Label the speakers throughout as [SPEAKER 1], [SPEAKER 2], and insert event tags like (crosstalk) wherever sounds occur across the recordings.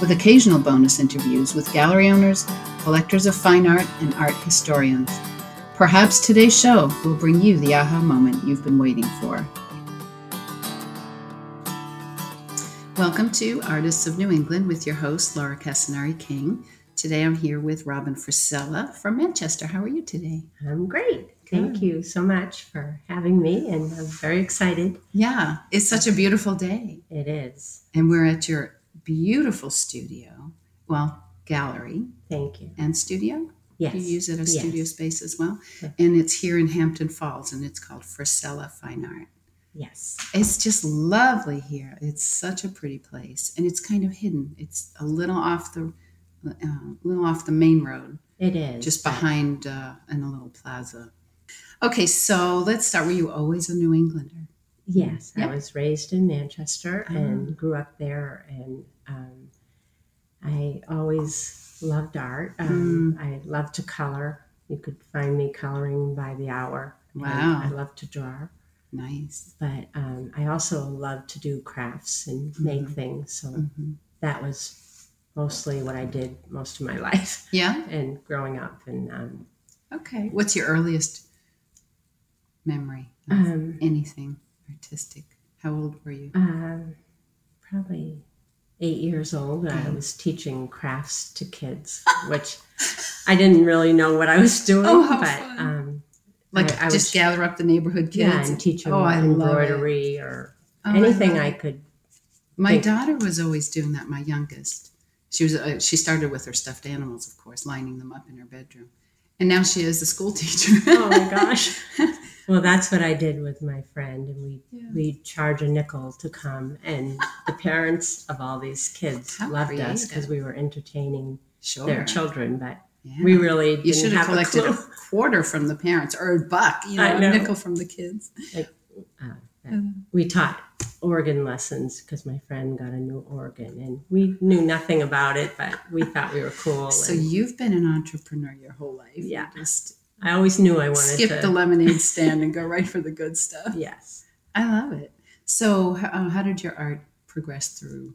[SPEAKER 1] with occasional bonus interviews with gallery owners, collectors of fine art, and art historians. Perhaps today's show will bring you the aha moment you've been waiting for. Welcome to Artists of New England with your host, Laura Casanari King. Today I'm here with Robin Frisella from Manchester. How are you today?
[SPEAKER 2] I'm great. Thank you so much for having me, and I'm very excited.
[SPEAKER 1] Yeah, it's such a beautiful day.
[SPEAKER 2] It is.
[SPEAKER 1] And we're at your beautiful studio, well, gallery
[SPEAKER 2] Thank you.
[SPEAKER 1] and studio.
[SPEAKER 2] Yes.
[SPEAKER 1] You use it as
[SPEAKER 2] Yes.
[SPEAKER 1] studio space as well.
[SPEAKER 2] Yeah.
[SPEAKER 1] And it's here in Hampton Falls and it's called Frisella Fine Art.
[SPEAKER 2] Yes.
[SPEAKER 1] It's just lovely here. It's such a pretty place and it's kind of hidden. It's a little off the uh, little off the main road,
[SPEAKER 2] It is.
[SPEAKER 1] just behind uh, in a little plaza. Okay, so let's start. Were you always a New Englander?
[SPEAKER 2] Yes.
[SPEAKER 1] Yeah.
[SPEAKER 2] I was raised in Manchester
[SPEAKER 1] Ah.
[SPEAKER 2] and grew up there, and um, I always loved art.
[SPEAKER 1] Mm.
[SPEAKER 2] Um, I love to color. You could find me coloring by the hour. and
[SPEAKER 1] Wow.
[SPEAKER 2] I love to draw,
[SPEAKER 1] Nice.
[SPEAKER 2] but um, I also love to do crafts and make
[SPEAKER 1] Mhm.
[SPEAKER 2] things. So
[SPEAKER 1] hmm
[SPEAKER 2] that was mostly what I did most of my (laughs) life.
[SPEAKER 1] Yeah.
[SPEAKER 2] and growing up and um,
[SPEAKER 1] Okay. What's your earliest memory of
[SPEAKER 2] um,
[SPEAKER 1] anything artistic? How old were you?
[SPEAKER 2] um, probably eight years old i
[SPEAKER 1] Okay.
[SPEAKER 2] was teaching crafts to kids which i didn't really know what i was doing
[SPEAKER 1] Oh, how
[SPEAKER 2] but
[SPEAKER 1] fun.
[SPEAKER 2] um,
[SPEAKER 1] Like
[SPEAKER 2] I- I
[SPEAKER 1] just
[SPEAKER 2] was-
[SPEAKER 1] gather up the neighborhood kids.
[SPEAKER 2] yeah and teach them
[SPEAKER 1] Oh, I love it.
[SPEAKER 2] embroidery or
[SPEAKER 1] Oh, I
[SPEAKER 2] anything
[SPEAKER 1] love
[SPEAKER 2] i
[SPEAKER 1] it.
[SPEAKER 2] could
[SPEAKER 1] My
[SPEAKER 2] think.
[SPEAKER 1] daughter was always doing that. My youngest, she was. Uh, she started with her stuffed animals, of course, lining them up in her bedroom, and now she is a school (laughs) teacher.
[SPEAKER 2] oh
[SPEAKER 1] (laughs)
[SPEAKER 2] my gosh well that's what i did with my friend and we
[SPEAKER 1] Yeah.
[SPEAKER 2] we'd charge a nickel to come and the parents of all these kids
[SPEAKER 1] How
[SPEAKER 2] loved us because
[SPEAKER 1] creative.
[SPEAKER 2] we were entertaining
[SPEAKER 1] Sure.
[SPEAKER 2] their children but
[SPEAKER 1] Yeah.
[SPEAKER 2] we really didn't
[SPEAKER 1] you should have
[SPEAKER 2] have
[SPEAKER 1] collected
[SPEAKER 2] a
[SPEAKER 1] a
[SPEAKER 2] clue.
[SPEAKER 1] quarter from the parents or a buck, you
[SPEAKER 2] I
[SPEAKER 1] know,
[SPEAKER 2] know.
[SPEAKER 1] a nickel from the kids.
[SPEAKER 2] uh, that we taught organ lessons because my friend got a new organ and we knew nothing about it, but we thought we were cool.
[SPEAKER 1] So
[SPEAKER 2] and
[SPEAKER 1] you've been an entrepreneur your whole life. You
[SPEAKER 2] Yeah.
[SPEAKER 1] Just
[SPEAKER 2] I always knew I wanted
[SPEAKER 1] skip
[SPEAKER 2] to.
[SPEAKER 1] the lemonade stand and go right for the good stuff.
[SPEAKER 2] yes.
[SPEAKER 1] I love it. So, h- uh, how did your art progress through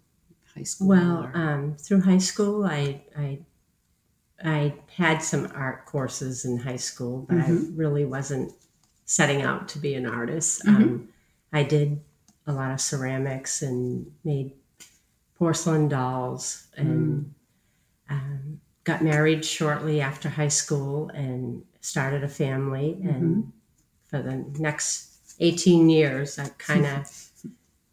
[SPEAKER 1] high school?
[SPEAKER 2] Well,
[SPEAKER 1] or-
[SPEAKER 2] um, through high school, I, I I had some art courses in high school, but I
[SPEAKER 1] Mhm.
[SPEAKER 2] really wasn't setting out to be an artist.
[SPEAKER 1] Mhm.
[SPEAKER 2] Um, I did a lot of ceramics and made porcelain dolls and
[SPEAKER 1] Mm.
[SPEAKER 2] um, got married shortly after high school and started a family.
[SPEAKER 1] Mm-hmm.
[SPEAKER 2] And for the next 18 years, I kind
[SPEAKER 1] (laughs)
[SPEAKER 2] of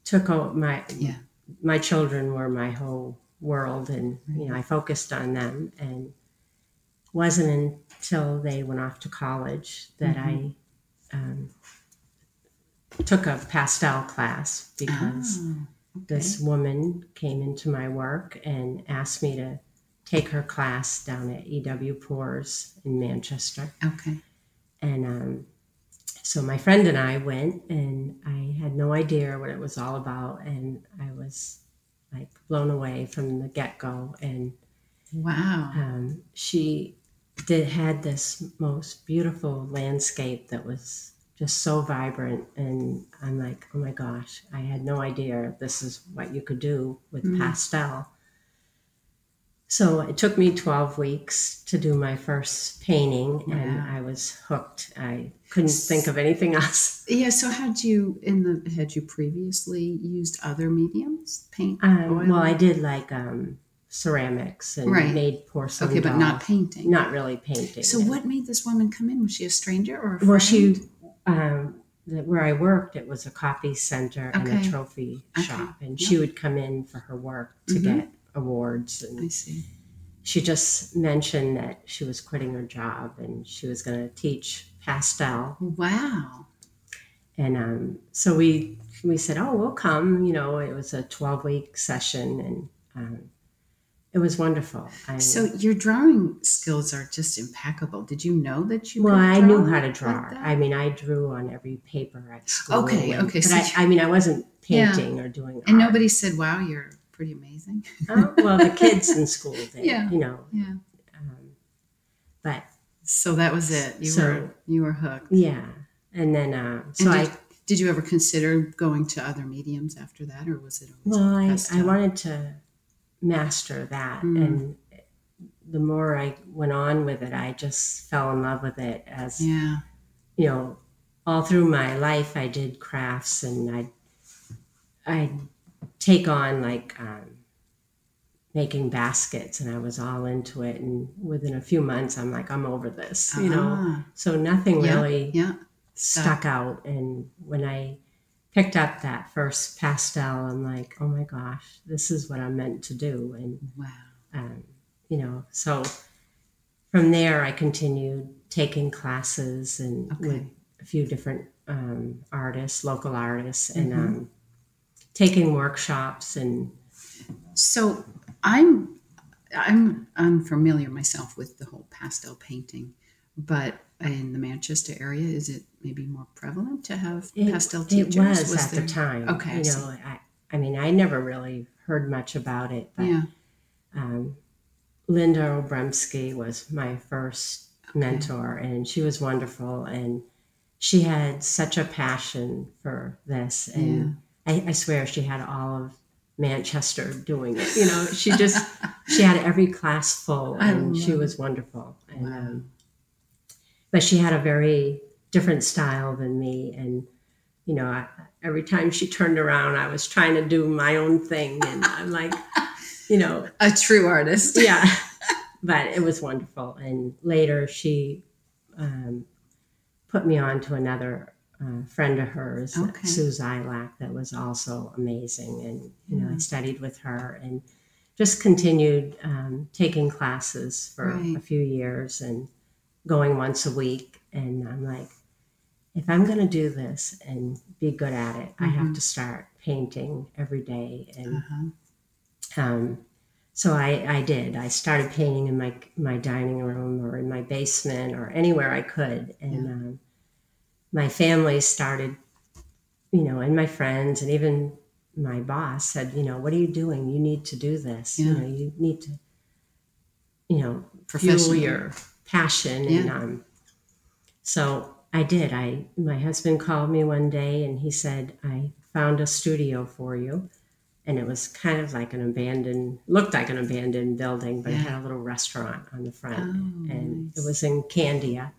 [SPEAKER 2] took o- my
[SPEAKER 1] yeah,
[SPEAKER 2] my children were my whole world and you know i focused on them and wasn't until they went off to college that i um, took a pastel class because
[SPEAKER 1] Oh, okay.
[SPEAKER 2] this woman came into my work and asked me to take her class down at ew poors in manchester
[SPEAKER 1] okay.
[SPEAKER 2] and um, so my friend and I went, and I had no idea what it was all about. And I was like blown away from the get go. And
[SPEAKER 1] Wow.
[SPEAKER 2] um, she did had this most beautiful landscape that was just so vibrant. And I'm like, oh my gosh, I had no idea this is what you could do with
[SPEAKER 1] Mm.
[SPEAKER 2] pastel. So it took me 12 weeks to do my first painting, and
[SPEAKER 1] Wow.
[SPEAKER 2] I was hooked. I couldn't think of anything else.
[SPEAKER 1] Yeah. So, had you in the had you previously used other mediums, paint? oil?
[SPEAKER 2] Um, well, I did like um, ceramics and
[SPEAKER 1] Right.
[SPEAKER 2] made porcelain.
[SPEAKER 1] okay, but not
[SPEAKER 2] dolls.
[SPEAKER 1] painting.
[SPEAKER 2] not really painting.
[SPEAKER 1] So,
[SPEAKER 2] And-
[SPEAKER 1] what made this woman come in? Was she a stranger or a friend?
[SPEAKER 2] Well, she, um, the, where I worked, it was a copy center and
[SPEAKER 1] Okay.
[SPEAKER 2] a trophy
[SPEAKER 1] Okay.
[SPEAKER 2] shop, and
[SPEAKER 1] Yeah.
[SPEAKER 2] she would come in for her work to
[SPEAKER 1] Mhm.
[SPEAKER 2] get awards.
[SPEAKER 1] I
[SPEAKER 2] And
[SPEAKER 1] see.
[SPEAKER 2] she just mentioned that she was quitting her job and she was going to teach pastel.
[SPEAKER 1] Wow.
[SPEAKER 2] And um, so we we said, "Oh, we'll come." You know, it was a twelve week session, and um, it it was wonderful. I,
[SPEAKER 1] So your drawing skills are just impeccable. Did you know that you?
[SPEAKER 2] well,
[SPEAKER 1] could
[SPEAKER 2] I knew how to
[SPEAKER 1] like
[SPEAKER 2] draw.
[SPEAKER 1] that?
[SPEAKER 2] I mean, I drew on every paper at school.
[SPEAKER 1] Okay,
[SPEAKER 2] and-
[SPEAKER 1] okay,
[SPEAKER 2] But
[SPEAKER 1] so
[SPEAKER 2] I,
[SPEAKER 1] you-
[SPEAKER 2] I mean, I wasn't
[SPEAKER 1] Yeah.
[SPEAKER 2] painting or doing.
[SPEAKER 1] and
[SPEAKER 2] art.
[SPEAKER 1] nobody said, "Wow, you're pretty amazing." (laughs)
[SPEAKER 2] Oh, well, the kids in school did.
[SPEAKER 1] Yeah.
[SPEAKER 2] You know,
[SPEAKER 1] Yeah.
[SPEAKER 2] um, but
[SPEAKER 1] So that was it. You
[SPEAKER 2] So-
[SPEAKER 1] were you were hooked.
[SPEAKER 2] yeah, and then uh, so
[SPEAKER 1] And
[SPEAKER 2] I
[SPEAKER 1] did, did you ever consider going to other mediums after that, or was it always
[SPEAKER 2] Well, I, I
[SPEAKER 1] pastel?
[SPEAKER 2] wanted to master that.
[SPEAKER 1] Mm.
[SPEAKER 2] And the more I went on with it, I just fell in love with it as,
[SPEAKER 1] Yeah.
[SPEAKER 2] you know, all through my life, I did crafts and I'd, I'd take on like um, making baskets and I was all into it. And within a few months, I'm like, I'm over this, you know?
[SPEAKER 1] Ah,
[SPEAKER 2] So nothing
[SPEAKER 1] Yeah,
[SPEAKER 2] really
[SPEAKER 1] Yeah.
[SPEAKER 2] stuck out. And when I picked up that first pastel, I'm like, oh my gosh, this is what I'm meant to do. And,
[SPEAKER 1] Wow.
[SPEAKER 2] um, you know, so from there, I continued taking classes and with
[SPEAKER 1] Okay.
[SPEAKER 2] a few different um, artists, local artists, and
[SPEAKER 1] Mhm.
[SPEAKER 2] um, taking workshops. And
[SPEAKER 1] So I'm I'm unfamiliar myself with the whole pastel painting, but in the Manchester area, is it maybe more prevalent to have
[SPEAKER 2] It-
[SPEAKER 1] pastel
[SPEAKER 2] it
[SPEAKER 1] teachers?
[SPEAKER 2] was, at
[SPEAKER 1] there-
[SPEAKER 2] the time.
[SPEAKER 1] Okay, I
[SPEAKER 2] You
[SPEAKER 1] see.
[SPEAKER 2] know, I, I mean, I never really heard much about it, but
[SPEAKER 1] Yeah.
[SPEAKER 2] um, Linda Obremski was my first mentor, and she was wonderful. And she had such a passion for this. And I, I swear she had all of Manchester doing it. You know, she
[SPEAKER 1] (laughs)
[SPEAKER 2] just, she had every class full,
[SPEAKER 1] I
[SPEAKER 2] and she
[SPEAKER 1] love
[SPEAKER 2] was wonderful. And,
[SPEAKER 1] Wow.
[SPEAKER 2] um, but she had a very different style than me. And, you know, I, every time she turned around, I was trying to do my own thing. And I'm like, you know,
[SPEAKER 1] A true artist.
[SPEAKER 2] (laughs) yeah but it was wonderful and later she um, put me on to another uh, friend of hers
[SPEAKER 1] Okay.
[SPEAKER 2] sue zilak that was also amazing and you know i
[SPEAKER 1] Yeah.
[SPEAKER 2] studied with her and just continued um, taking classes for a
[SPEAKER 1] Right.
[SPEAKER 2] few years and going once a week and i'm like if i'm going to do this and be good at it i have
[SPEAKER 1] Mhm.
[SPEAKER 2] to start painting every day and
[SPEAKER 1] (sighs) Uh-huh.
[SPEAKER 2] um, so I, I did. I started painting in my my dining room or in my basement or anywhere I could, and
[SPEAKER 1] Yeah.
[SPEAKER 2] um, my family started, you know, and my friends and even my boss said, you know, what are you doing? You need to do this. You
[SPEAKER 1] Yeah.
[SPEAKER 2] know, you need to, you know, fuel
[SPEAKER 1] Professional.
[SPEAKER 2] your passion and um so i did i my husband called me one day and he said i found a studio for you and it was kind of like an abandoned looked like an abandoned building but it
[SPEAKER 1] Yeah.
[SPEAKER 2] had a little restaurant on the
[SPEAKER 1] Oh,
[SPEAKER 2] front and
[SPEAKER 1] nice.
[SPEAKER 2] it was in candia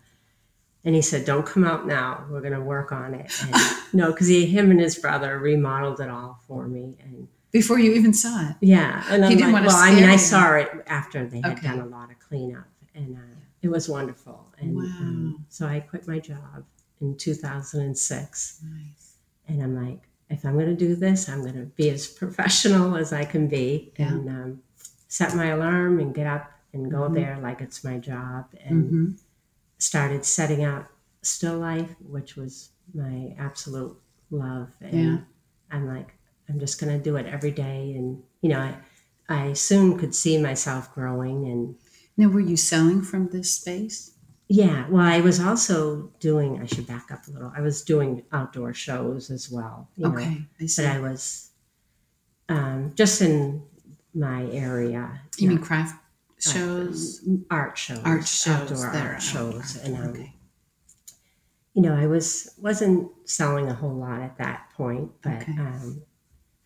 [SPEAKER 2] and he said don't come out now we're going to work on it
[SPEAKER 1] (laughs)
[SPEAKER 2] and no because he him and his brother remodeled it all for me and
[SPEAKER 1] before you even saw it.
[SPEAKER 2] yeah, and I'm
[SPEAKER 1] didn't
[SPEAKER 2] like,
[SPEAKER 1] wanna
[SPEAKER 2] well, I mean,
[SPEAKER 1] scare
[SPEAKER 2] I
[SPEAKER 1] you.
[SPEAKER 2] saw it after they had
[SPEAKER 1] Okay.
[SPEAKER 2] done a lot of cleanup, and uh, it was wonderful. And um, so I quit my job in 2006,
[SPEAKER 1] Nice.
[SPEAKER 2] and I'm like, if I'm going to do this, I'm going to be as (laughs) professional as I can be,
[SPEAKER 1] Yeah.
[SPEAKER 2] and um, set my alarm and get up and go
[SPEAKER 1] Mhm.
[SPEAKER 2] there like it's my job, and
[SPEAKER 1] hmm
[SPEAKER 2] started setting out still life, which was my absolute love. And
[SPEAKER 1] Yeah.
[SPEAKER 2] I'm like, I'm just going to do it every day. And, you know, I, I soon could see myself growing. And
[SPEAKER 1] Now, were you selling from this space?
[SPEAKER 2] yeah, well, I was also doing, I should back up a little, I was doing outdoor shows as well. You Know,
[SPEAKER 1] okay, I see.
[SPEAKER 2] but I was um, just in my area.
[SPEAKER 1] you mean
[SPEAKER 2] not-
[SPEAKER 1] craft shows,
[SPEAKER 2] um, art shows,
[SPEAKER 1] art shows,
[SPEAKER 2] outdoor
[SPEAKER 1] that are
[SPEAKER 2] art shows,
[SPEAKER 1] outdoor.
[SPEAKER 2] and um,
[SPEAKER 1] okay.
[SPEAKER 2] you know, I was wasn't selling a whole lot at that point, but
[SPEAKER 1] Okay.
[SPEAKER 2] um,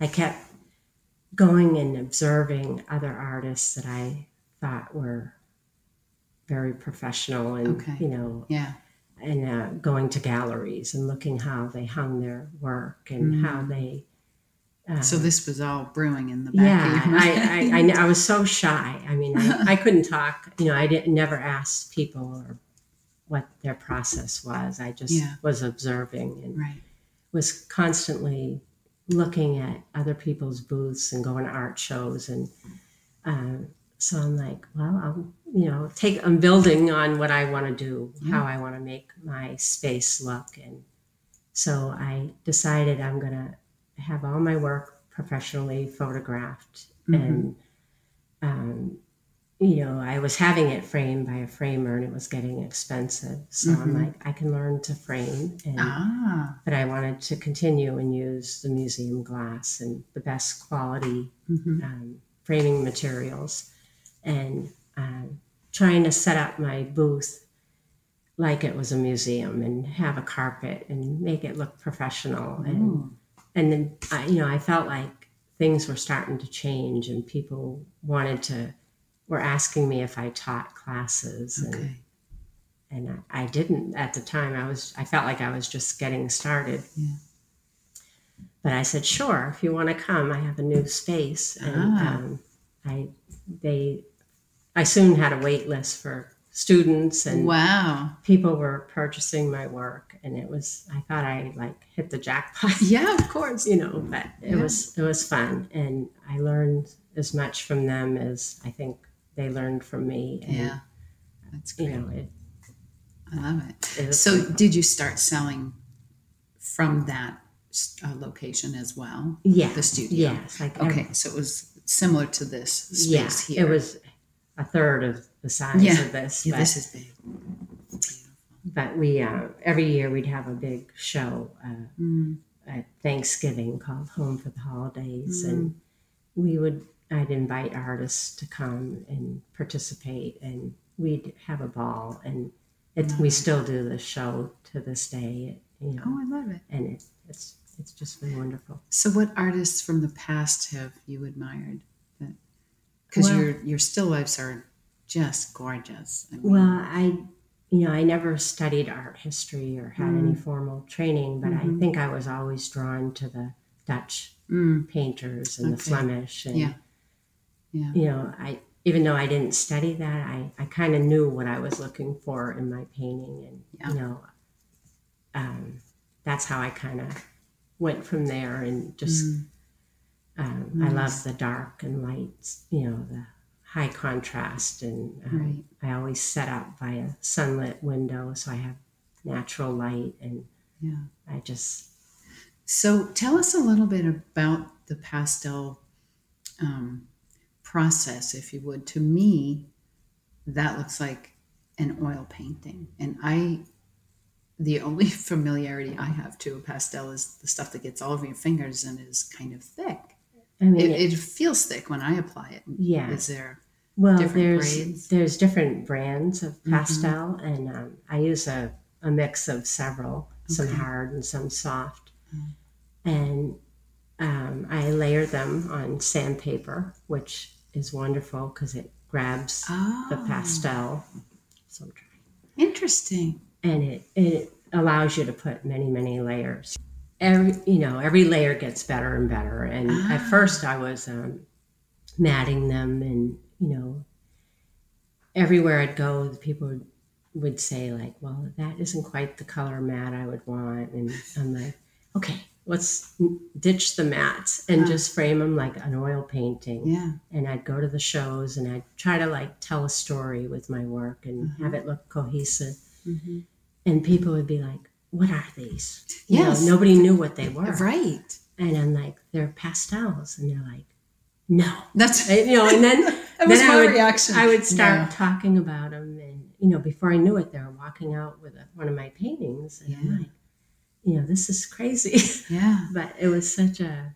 [SPEAKER 2] I kept going and observing other artists that I thought were very professional, and
[SPEAKER 1] Okay.
[SPEAKER 2] you know,
[SPEAKER 1] yeah,
[SPEAKER 2] and uh, going to galleries and looking how they hung their work and how they. Uh,
[SPEAKER 1] Mm. so this was all brewing in the back
[SPEAKER 2] yeah,
[SPEAKER 1] of your
[SPEAKER 2] I, I, I,
[SPEAKER 1] mind.
[SPEAKER 2] kn- I was so shy. I mean, I, I couldn't talk. You know, I didn't never asked people or what their process was. I just
[SPEAKER 1] Yeah.
[SPEAKER 2] was observing and
[SPEAKER 1] (laughs) right.
[SPEAKER 2] was constantly looking at other people's booths and going to art shows and um, so i'm like well i'm you know take i'm building on what i want to do how i want to make my space look and so i decided i'm
[SPEAKER 1] Mm-hmm.
[SPEAKER 2] going to have all my work professionally photographed and um, you know, I was having it framed by a framer and it was getting expensive. So
[SPEAKER 1] Mhm.
[SPEAKER 2] I'm like, I can learn to frame, and,
[SPEAKER 1] Ah.
[SPEAKER 2] but I wanted to continue and use the museum glass and the best quality
[SPEAKER 1] hmm
[SPEAKER 2] um, framing materials and um, trying to set up my booth like it was a museum and have a carpet and make it look professional and and then I, you know I felt like things were starting to change and people wanted to were asking me if I taught classes and
[SPEAKER 1] okay.
[SPEAKER 2] and I, I didn't at the time i was i felt like i was just getting started
[SPEAKER 1] Yeah.
[SPEAKER 2] but i said sure if you want to come i have a new space and
[SPEAKER 1] Ah.
[SPEAKER 2] um, i they i soon had a wait list for students and
[SPEAKER 1] Wow.
[SPEAKER 2] people were purchasing my work and it was i thought i like hit the jackpot (laughs)
[SPEAKER 1] Yeah, of course.
[SPEAKER 2] you know but it
[SPEAKER 1] Mm. Yeah.
[SPEAKER 2] was it was fun and i learned as much from them as i think they learned from me and
[SPEAKER 1] Yeah. That's
[SPEAKER 2] you
[SPEAKER 1] great.
[SPEAKER 2] know it,
[SPEAKER 1] I love it.
[SPEAKER 2] it was
[SPEAKER 1] So, did you start selling from that uh, location as well?
[SPEAKER 2] yeah
[SPEAKER 1] The studio.
[SPEAKER 2] yes like every-
[SPEAKER 1] Okay, so it was similar to this space
[SPEAKER 2] Yeah,
[SPEAKER 1] here.
[SPEAKER 2] It was a third of the size
[SPEAKER 1] Yeah.
[SPEAKER 2] of this.
[SPEAKER 1] Yeah,
[SPEAKER 2] but,
[SPEAKER 1] this is big.
[SPEAKER 2] but we uh, every year we'd have a big show uh,
[SPEAKER 1] Mm,
[SPEAKER 2] at Thanksgiving called Home for the Holidays,
[SPEAKER 1] Mm.
[SPEAKER 2] and we would I'd invite artists to come and participate, and we'd have a ball, and it, we still do the show to this day, you know,
[SPEAKER 1] Oh, I love it.
[SPEAKER 2] and it, it's it's just been wonderful.
[SPEAKER 1] So, what artists from the past have you admired? Because
[SPEAKER 2] Well-
[SPEAKER 1] your your still lifes are just gorgeous. I mean,
[SPEAKER 2] Well, I, you know, I never studied art history or had
[SPEAKER 1] Mm.
[SPEAKER 2] any formal training, but
[SPEAKER 1] Mhm.
[SPEAKER 2] I think I was always drawn to the Dutch
[SPEAKER 1] mm,
[SPEAKER 2] painters and the
[SPEAKER 1] Okay.
[SPEAKER 2] Flemish, and
[SPEAKER 1] Yeah. Yeah.
[SPEAKER 2] you know, I even though I didn't study that, I I kind of knew what I was looking for in my painting, and
[SPEAKER 1] Yeah.
[SPEAKER 2] you know, um, that's how I kind of went from there, and just
[SPEAKER 1] mm,
[SPEAKER 2] um, I love the dark and lights, you know, the high contrast. And um, I always set up by a sunlit window so I have natural light. And
[SPEAKER 1] yeah.
[SPEAKER 2] I just,
[SPEAKER 1] So, tell us a little bit about the pastel um, process, if you would. To me, that looks like an oil painting, and I, the only (laughs) familiarity I have to a pastel is the stuff that gets all over your fingers and is kind of thick.
[SPEAKER 2] I mean,
[SPEAKER 1] It,
[SPEAKER 2] it-
[SPEAKER 1] it feels thick when I apply it.
[SPEAKER 2] yeah.
[SPEAKER 1] Is there?
[SPEAKER 2] well,
[SPEAKER 1] different
[SPEAKER 2] there's
[SPEAKER 1] grades? Mm-hmm.
[SPEAKER 2] there's different brands of pastel, and um, I use a, a mix of several, some
[SPEAKER 1] Okay. Mm.
[SPEAKER 2] hard and some soft. And um, I layer them on sandpaper, which is wonderful because it grabs
[SPEAKER 1] Oh,
[SPEAKER 2] the pastel. So I'm trying.
[SPEAKER 1] Interesting.
[SPEAKER 2] and it, it allows you to put many many layers every you know every layer gets better and better and at
[SPEAKER 1] Ah.
[SPEAKER 2] first i was um, matting them and you know everywhere i'd go the people would, would say like well that isn't quite the color mat i would want and i'm like okay let's ditch the mats and
[SPEAKER 1] Huh.
[SPEAKER 2] just frame them like an oil painting
[SPEAKER 1] Ah. Yeah.
[SPEAKER 2] and I'd go to the shows and I'd try to like tell a story with my work and
[SPEAKER 1] Mhm.
[SPEAKER 2] have it look cohesive.
[SPEAKER 1] Mm-hmm.
[SPEAKER 2] And people would be like, "What are these?" You know,
[SPEAKER 1] Yes.
[SPEAKER 2] nobody knew what they were,
[SPEAKER 1] Right.
[SPEAKER 2] and I'm like, "They're pastels," and they're like, "No,"
[SPEAKER 1] That's
[SPEAKER 2] And, you know. And
[SPEAKER 1] (laughs)
[SPEAKER 2] then
[SPEAKER 1] that was
[SPEAKER 2] then
[SPEAKER 1] my
[SPEAKER 2] I would-
[SPEAKER 1] reaction.
[SPEAKER 2] I would start
[SPEAKER 1] Yeah.
[SPEAKER 2] talking about them, and you know, before I knew it, they were walking out with a, one of my paintings, and
[SPEAKER 1] Yeah.
[SPEAKER 2] I'm like, "You know, this is crazy," (laughs)
[SPEAKER 1] yeah.
[SPEAKER 2] but it was such a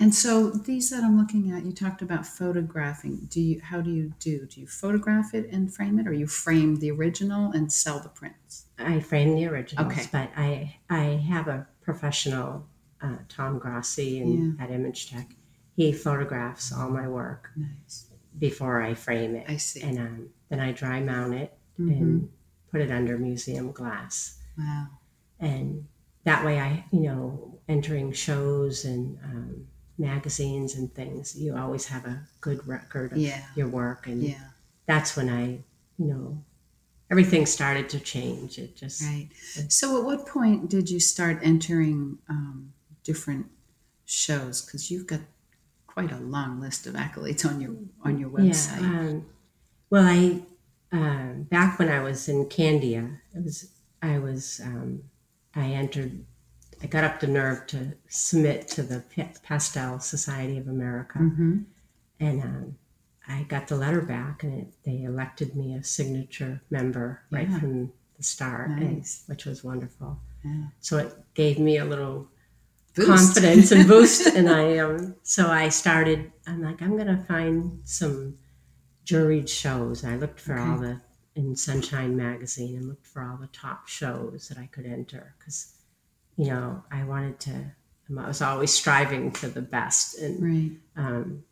[SPEAKER 1] And so these that I'm looking at, you talked about photographing. Do you how do you do? Do you photograph it and frame it or you frame the original and sell the prints?
[SPEAKER 2] I framed the originals,
[SPEAKER 1] Okay.
[SPEAKER 2] but I I have a professional, uh, Tom Grassi, and at Image Tech, he photographs all my work
[SPEAKER 1] Nice.
[SPEAKER 2] before I frame it,
[SPEAKER 1] I see.
[SPEAKER 2] and um, then I dry mount it
[SPEAKER 1] Mhm.
[SPEAKER 2] and put it under museum glass,
[SPEAKER 1] Wow.
[SPEAKER 2] and that way I you know entering shows and um, magazines and things, you always have a good record of
[SPEAKER 1] Yeah.
[SPEAKER 2] your work, and
[SPEAKER 1] Yeah.
[SPEAKER 2] that's when I you know everything started to change. It just
[SPEAKER 1] Right. So at what point did you start entering um, different shows? Because you've got quite a long list of accolades on your on your website.
[SPEAKER 2] Yeah. Um, well, I um back when I was in Candia, it was I was um, I entered. I got up the nerve to
[SPEAKER 1] Hmm.
[SPEAKER 2] submit to the P- Pastel Society of America,
[SPEAKER 1] Mhm.
[SPEAKER 2] and um, I got the letter back, and it, they elected me a signature member right
[SPEAKER 1] Yeah.
[SPEAKER 2] from the start, and-
[SPEAKER 1] Nice.
[SPEAKER 2] which was wonderful.
[SPEAKER 1] Yeah.
[SPEAKER 2] So it gave me a little
[SPEAKER 1] Boost.
[SPEAKER 2] confidence
[SPEAKER 1] (laughs)
[SPEAKER 2] and boost. and I um, so I started. I'm like, I'm gonna find some juried shows. I looked for all the in Sunshine magazine and looked for all the top shows that I could enter because, you know, I wanted to. I was always striving for the best, and
[SPEAKER 1] right.
[SPEAKER 2] um,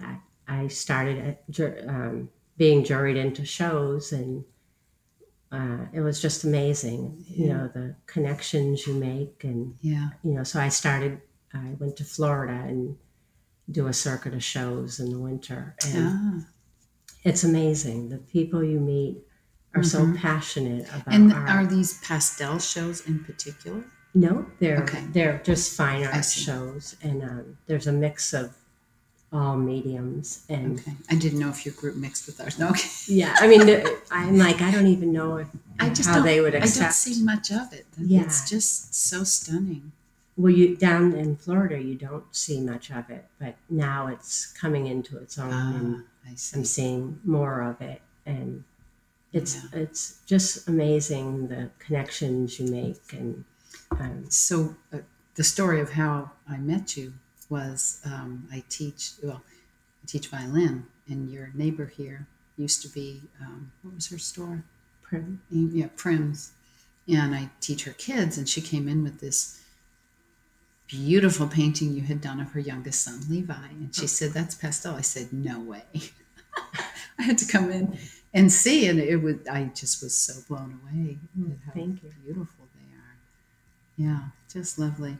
[SPEAKER 2] I, I started at, jur- um, being juried into shows, and uh, it was just amazing. You
[SPEAKER 1] Yeah.
[SPEAKER 2] know, the connections you make, and
[SPEAKER 1] Yeah.
[SPEAKER 2] you know, so I started, I went to Florida and do a circuit of shows in the winter. And
[SPEAKER 1] Ah.
[SPEAKER 2] it's amazing. The people you meet are so
[SPEAKER 1] Mhm.
[SPEAKER 2] passionate about
[SPEAKER 1] And
[SPEAKER 2] art.
[SPEAKER 1] are these pastel shows in particular?
[SPEAKER 2] no, they're,
[SPEAKER 1] Okay.
[SPEAKER 2] they're just fine
[SPEAKER 1] I
[SPEAKER 2] art
[SPEAKER 1] see.
[SPEAKER 2] shows. And um, there's a mix of all mediums. And
[SPEAKER 1] Okay. I didn't know if your group mixed with ours. No, okay.
[SPEAKER 2] yeah, I mean, the- I'm like, I don't even know if,
[SPEAKER 1] I just
[SPEAKER 2] how
[SPEAKER 1] don't.
[SPEAKER 2] they would
[SPEAKER 1] I
[SPEAKER 2] accept.
[SPEAKER 1] don't see much of it.
[SPEAKER 2] Yeah.
[SPEAKER 1] It's just so stunning.
[SPEAKER 2] Well, you down in Florida, you don't see much of it, but now it's coming into its own. and
[SPEAKER 1] Ah, I see.
[SPEAKER 2] I'm seeing more of it, and it's it's just amazing the connections you make, and um,
[SPEAKER 1] So uh, the story of how I met you was um, I teach well, I teach violin, and your neighbor here used to be um, what was her store?
[SPEAKER 2] prim.
[SPEAKER 1] yeah, Prims, and I teach her kids, and she came in with this beautiful painting you had done of her youngest son, Levi, and
[SPEAKER 2] Oh.
[SPEAKER 1] she said, "That's pastel." I said, "No way." (laughs) I had to come in and see, and it was I just was so blown away at how
[SPEAKER 2] Mm, Thank you.
[SPEAKER 1] beautiful they are. Yeah, just lovely.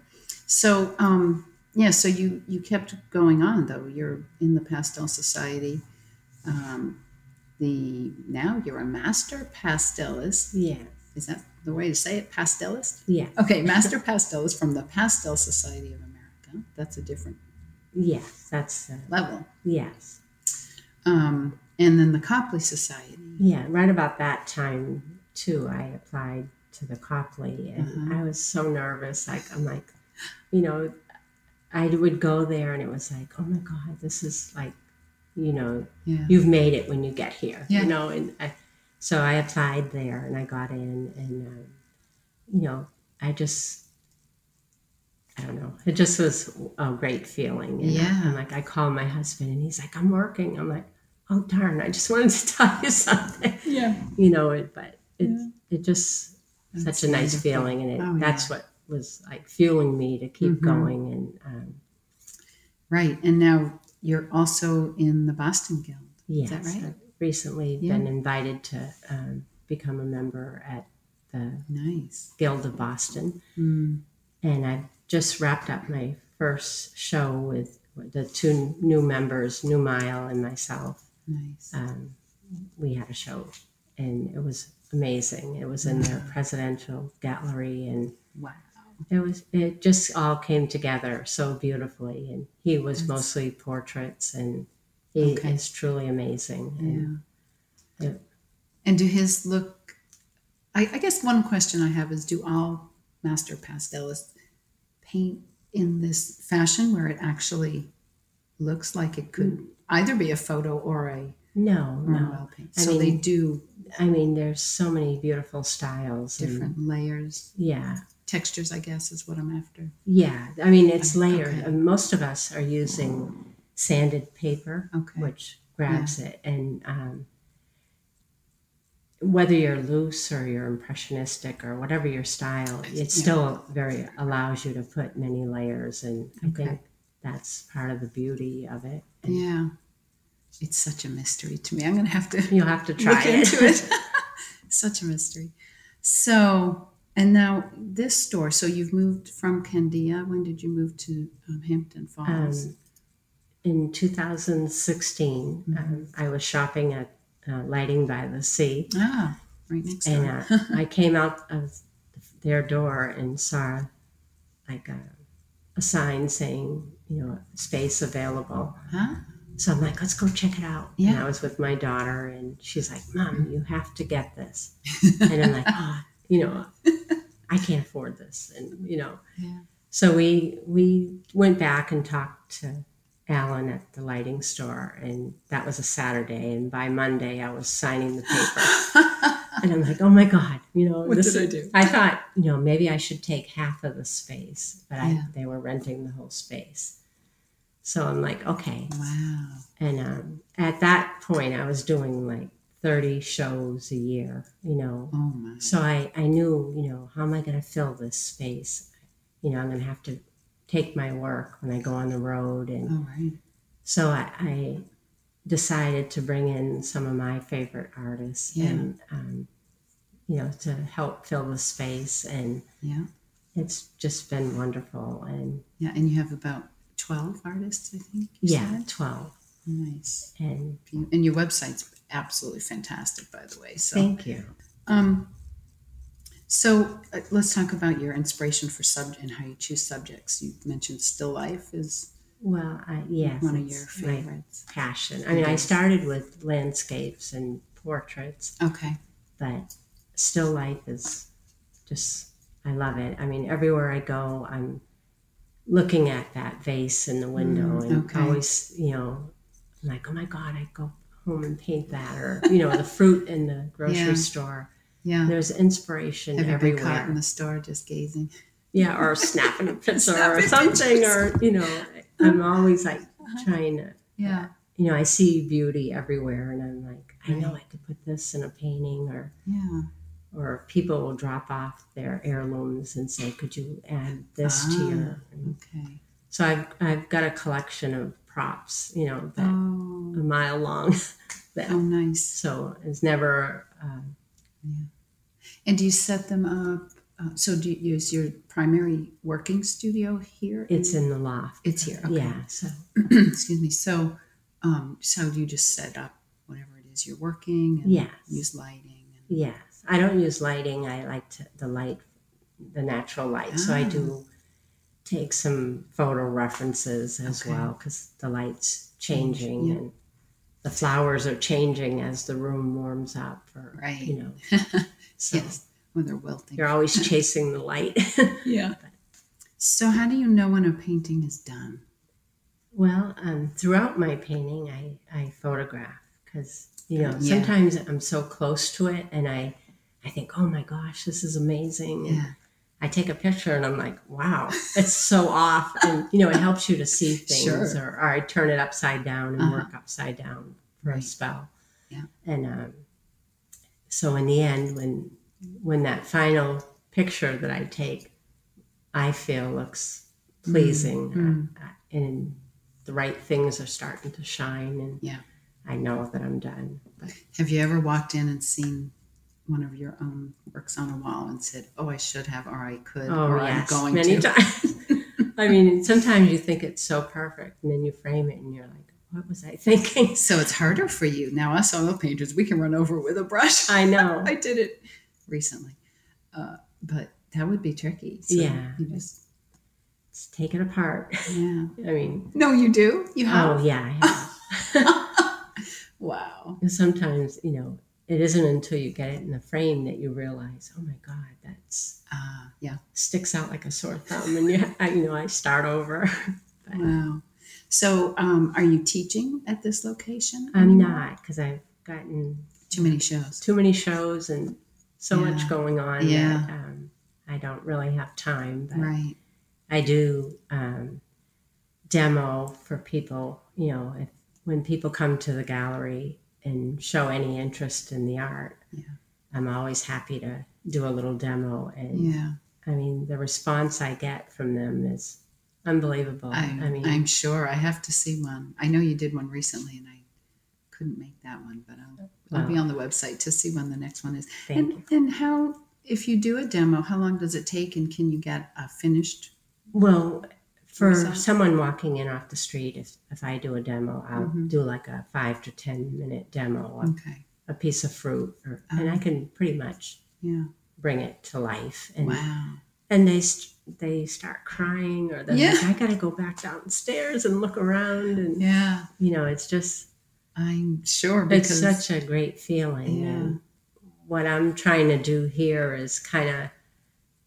[SPEAKER 1] So, um, yeah, so you you kept going on though. You're in the Pastel Society. Um, the now you're a master pastelist.
[SPEAKER 2] Yeah,
[SPEAKER 1] Is that the way to say it? Pastelist.
[SPEAKER 2] yeah,
[SPEAKER 1] Okay, (laughs) master pastelist from the Pastel Society of America. That's a different
[SPEAKER 2] yes. That's uh,
[SPEAKER 1] level.
[SPEAKER 2] yes,
[SPEAKER 1] Um, and then the Copley Society.
[SPEAKER 2] yeah. Right about that time too, I applied to the Copley, and
[SPEAKER 1] Mhm.
[SPEAKER 2] I was so nervous. Like I'm like, you know, I would go there, and it was like, oh my god, this is like, you know,
[SPEAKER 1] Yeah.
[SPEAKER 2] you've made it when you get here
[SPEAKER 1] Yeah.
[SPEAKER 2] you know and I, so i applied there and i got in and um, you know i just i don't know it just was a great feeling and
[SPEAKER 1] Yeah.
[SPEAKER 2] i'm like i call my husband and he's like i'm working i'm like oh darn i just (laughs) wanted to tell you something
[SPEAKER 1] Yeah.
[SPEAKER 2] you know it, but it,
[SPEAKER 1] Yeah.
[SPEAKER 2] it just such a nice feeling and it,
[SPEAKER 1] Oh,
[SPEAKER 2] that's what was like fueling me to keep
[SPEAKER 1] Mhm.
[SPEAKER 2] going and um,
[SPEAKER 1] Right. And now you're also in the Boston Guild.
[SPEAKER 2] Yes,
[SPEAKER 1] that right?
[SPEAKER 2] I've recently
[SPEAKER 1] Yeah.
[SPEAKER 2] been invited to um, become a member at the
[SPEAKER 1] Nice.
[SPEAKER 2] Guild of Boston,
[SPEAKER 1] Mm.
[SPEAKER 2] and I've just wrapped up my first show with the two new members, New Mile and myself.
[SPEAKER 1] Nice.
[SPEAKER 2] Um, we had a show, and it was amazing. It was in
[SPEAKER 1] Mm-hmm.
[SPEAKER 2] their presidential gallery, and
[SPEAKER 1] Wow.
[SPEAKER 2] it was it just all came together so beautifully. And he was
[SPEAKER 1] Nice.
[SPEAKER 2] mostly portraits, and he
[SPEAKER 1] Okay.
[SPEAKER 2] is truly amazing. And
[SPEAKER 1] Yeah.
[SPEAKER 2] Yeah.
[SPEAKER 1] And do his look? I, I guess one question I have is: Do all master pastelists paint in this fashion where it actually looks like it could either be a photo or a
[SPEAKER 2] Mm. no,
[SPEAKER 1] or an
[SPEAKER 2] no.
[SPEAKER 1] oil paint?
[SPEAKER 2] I
[SPEAKER 1] So they
[SPEAKER 2] mean- mm.
[SPEAKER 1] do
[SPEAKER 2] I mean, there's so many beautiful styles. and-
[SPEAKER 1] different layers,
[SPEAKER 2] yeah,
[SPEAKER 1] textures. I guess is what I'm after.
[SPEAKER 2] yeah. I mean, it's layered.
[SPEAKER 1] Okay.
[SPEAKER 2] And Most of us are using sanded paper,
[SPEAKER 1] Okay.
[SPEAKER 2] which grabs it. And um, whether you're loose or you're impressionistic or whatever your style,
[SPEAKER 1] Yeah.
[SPEAKER 2] it still very allows you to put many layers. And I
[SPEAKER 1] Okay.
[SPEAKER 2] think that's part of the beauty of it. And
[SPEAKER 1] Yeah. It's such a mystery to me. I'm going to have to
[SPEAKER 2] You'll have to try
[SPEAKER 1] look into it.
[SPEAKER 3] (laughs)
[SPEAKER 1] (laughs) Such a mystery. So, and now this store. So you've moved from Candia. When did you move to um, Hampton Falls?
[SPEAKER 2] Um, in 2016, um, I was shopping at uh, Lighting by the Sea,
[SPEAKER 1] ah, right next
[SPEAKER 2] and
[SPEAKER 1] door.
[SPEAKER 2] uh, I came out of their door and saw like a, a sign saying, you know, space available.
[SPEAKER 1] Huh?
[SPEAKER 2] So I'm like, let's go check it out. And
[SPEAKER 1] Yeah.
[SPEAKER 2] I was with my daughter, and she's like, Mom,
[SPEAKER 3] Mm-hmm.
[SPEAKER 2] you have to get
[SPEAKER 3] (laughs)
[SPEAKER 2] this. and I'm like, oh, you know, I can't afford this. And, you know,
[SPEAKER 1] Yeah.
[SPEAKER 2] so we we went back and talked to Alan at the lighting store, and that was a Saturday. And by Monday, I was signing
[SPEAKER 3] (laughs)
[SPEAKER 2] the paper, and I'm like, "Oh my god!" You know,
[SPEAKER 3] what
[SPEAKER 2] this
[SPEAKER 3] did I
[SPEAKER 2] is-
[SPEAKER 3] do?
[SPEAKER 2] I thought, you know, maybe I should take half of the space, but I,
[SPEAKER 1] Yeah.
[SPEAKER 2] they were renting the whole space. So I'm like, okay.
[SPEAKER 1] wow.
[SPEAKER 2] And um, at that point, I was doing like 30 shows a year, you know,
[SPEAKER 1] Oh my.
[SPEAKER 2] so I, I knew, you know, how am I going to fill this space? You know, I'm going to have to take my work when I go on the road. And
[SPEAKER 1] All right.
[SPEAKER 2] so I, I decided to bring in some of my favorite artists
[SPEAKER 1] Yeah.
[SPEAKER 2] and, um, you know, to help fill the space. And
[SPEAKER 1] Yeah.
[SPEAKER 2] it's just been wonderful. And
[SPEAKER 1] Yeah. And you have about 12 artists, I think. you
[SPEAKER 2] yeah,
[SPEAKER 1] said?
[SPEAKER 2] 12.
[SPEAKER 1] Nice.
[SPEAKER 2] And
[SPEAKER 1] And your website's absolutely fantastic, by the way. So,
[SPEAKER 2] thank you.
[SPEAKER 1] Um, so uh, let's talk about your inspiration for sub and how you choose subjects. You mentioned still life is
[SPEAKER 2] Well, I, yes.
[SPEAKER 1] one of
[SPEAKER 2] it's
[SPEAKER 1] your
[SPEAKER 2] my
[SPEAKER 1] favorites.
[SPEAKER 2] passion. I mean, I
[SPEAKER 1] Yes.
[SPEAKER 2] started with landscapes and portraits.
[SPEAKER 1] Okay.
[SPEAKER 2] but still life is just I love it. I mean, everywhere I go, I'm looking at that vase in the window
[SPEAKER 1] Mm,
[SPEAKER 2] and
[SPEAKER 1] okay.
[SPEAKER 2] always, you know, I'm like, oh my god, I go home and paint that, or you know, the fruit in the grocery
[SPEAKER 1] Yeah.
[SPEAKER 2] store.
[SPEAKER 1] Yeah.
[SPEAKER 2] There's inspiration
[SPEAKER 1] Have you been caught in
[SPEAKER 2] everywhere.
[SPEAKER 1] the store just gazing?
[SPEAKER 2] Yeah, or snapping
[SPEAKER 1] (laughs)
[SPEAKER 2] a pizza
[SPEAKER 1] Snapping
[SPEAKER 2] or something,
[SPEAKER 1] pictures. Uh-huh.
[SPEAKER 2] or you know, I'm always like trying to
[SPEAKER 1] Yeah.
[SPEAKER 2] you know, I see beauty everywhere, and I'm like, I know I
[SPEAKER 1] Right.
[SPEAKER 2] could put this in a painting, or
[SPEAKER 1] Yeah.
[SPEAKER 2] or people will drop off their heirlooms and say, "Could you add this
[SPEAKER 1] Ah.
[SPEAKER 2] to your?"
[SPEAKER 1] Okay.
[SPEAKER 2] So I've I've got a collection of props, you know, that a
[SPEAKER 1] Oh.
[SPEAKER 2] mile long. (laughs) that
[SPEAKER 1] Oh, nice.
[SPEAKER 2] so it's never. Um,
[SPEAKER 1] And do you set them up? Uh, so do you use your primary working studio here?
[SPEAKER 2] it's in the loft.
[SPEAKER 1] It's here, okay.
[SPEAKER 2] Yeah. So
[SPEAKER 1] (clears throat) excuse me. So, um, so you just set up whatever it is you're working and
[SPEAKER 2] yes,
[SPEAKER 1] use lighting. And,
[SPEAKER 2] yes. I don't use lighting. I like to, the light, the natural light. So I do
[SPEAKER 1] Ah.
[SPEAKER 2] take some photo references as
[SPEAKER 1] Okay.
[SPEAKER 2] well 'cause well because the light's changing
[SPEAKER 1] Yeah.
[SPEAKER 2] and the flowers are changing as the room warms up or
[SPEAKER 1] Right. (laughs)
[SPEAKER 2] you know so
[SPEAKER 1] Yes, when they're wilting.
[SPEAKER 2] you're
[SPEAKER 1] (laughs)
[SPEAKER 2] always chasing the light (laughs)
[SPEAKER 3] Yeah.
[SPEAKER 1] So, how do you know when a painting is done?
[SPEAKER 2] well um, throughout my painting i i photograph because you know
[SPEAKER 1] Yeah.
[SPEAKER 2] sometimes i'm so close to it and i i think oh my gosh this is amazing and
[SPEAKER 1] Yeah,
[SPEAKER 2] i take a picture and i'm like wow it's so off and you know it helps you to see
[SPEAKER 1] (laughs)
[SPEAKER 2] things
[SPEAKER 1] Sure.
[SPEAKER 2] or, or i turn it upside down and
[SPEAKER 1] Uh-huh.
[SPEAKER 2] work upside down for a
[SPEAKER 1] Right.
[SPEAKER 2] spell
[SPEAKER 1] Yeah.
[SPEAKER 2] and um, so in the end when when that final picture that i take i feel looks pleasing
[SPEAKER 1] Mm,
[SPEAKER 2] uh, and the right things are starting to shine and
[SPEAKER 1] Yeah.
[SPEAKER 2] i know that i'm done but
[SPEAKER 1] Have you ever walked in and seen one of your own works on a wall and said, "Oh, I should have," or "I could,"
[SPEAKER 2] Oh
[SPEAKER 1] or
[SPEAKER 2] yes,
[SPEAKER 1] "I'm going
[SPEAKER 2] many
[SPEAKER 1] to"?
[SPEAKER 2] times. (laughs) I mean, sometimes you think it's so perfect, and then you frame it, and you're like, "What was I thinking?" (laughs)
[SPEAKER 1] So it's harder for you now. Us oil painters, we can run over with a brush.
[SPEAKER 2] I know.
[SPEAKER 1] (laughs) I did it recently, uh, but that would be tricky. So
[SPEAKER 2] Yeah.
[SPEAKER 1] you
[SPEAKER 2] (laughs)
[SPEAKER 1] just-
[SPEAKER 2] Let's take it apart.
[SPEAKER 1] yeah.
[SPEAKER 2] I mean,
[SPEAKER 1] No, you do. You have.
[SPEAKER 2] oh yeah, I have.
[SPEAKER 1] (laughs) Wow.
[SPEAKER 2] And sometimes you know it isn't until you get it in the frame that you realize, "Oh my God, that's
[SPEAKER 1] Uh, yeah.
[SPEAKER 2] sticks out like a sore thumb," and you, (laughs) I, you know, I start over. (laughs) But
[SPEAKER 1] Wow. So, um, are you teaching at this location?
[SPEAKER 2] I'm
[SPEAKER 1] anymore?
[SPEAKER 2] not because I've gotten
[SPEAKER 1] Too many shows.
[SPEAKER 2] too many shows and so
[SPEAKER 1] Yeah.
[SPEAKER 2] much going on
[SPEAKER 1] Yeah.
[SPEAKER 2] that um, I don't really have time. But
[SPEAKER 1] Right.
[SPEAKER 2] I do um, demo for people. You know, if, when people come to the gallery and show any interest in the art,
[SPEAKER 1] Yeah.
[SPEAKER 2] I'm always happy to do a little demo. And
[SPEAKER 1] Yeah.
[SPEAKER 2] I mean, the response I get from them is unbelievable.
[SPEAKER 1] I,
[SPEAKER 2] I mean,
[SPEAKER 1] I'm sure I have to see one. I know you did one recently, and I couldn't make that one, but I'll, I'll be
[SPEAKER 2] Wow.
[SPEAKER 1] on the website to see when the next one is.
[SPEAKER 2] thank you.
[SPEAKER 1] and, and how, if you do a demo, how long does it take, and can you get a finished?
[SPEAKER 2] Well, for
[SPEAKER 1] Yourself?
[SPEAKER 2] someone walking in off the street, if, if I do a demo, I'll
[SPEAKER 1] Mhm.
[SPEAKER 2] do like a five to 10 minute demo of
[SPEAKER 1] Okay.
[SPEAKER 2] a piece of fruit, or, and
[SPEAKER 1] Oh.
[SPEAKER 2] I can pretty much
[SPEAKER 1] Yeah.
[SPEAKER 2] bring it to life. And,
[SPEAKER 1] Wow.
[SPEAKER 2] and they, st- they start crying, or they're
[SPEAKER 1] Yeah.
[SPEAKER 2] like, I got to go back downstairs and look around. And,
[SPEAKER 1] Yeah.
[SPEAKER 2] you know, it's just,
[SPEAKER 1] I'm sure
[SPEAKER 2] it's
[SPEAKER 1] because
[SPEAKER 2] such a great feeling.
[SPEAKER 1] Yeah.
[SPEAKER 2] And what I'm trying to do here is kind of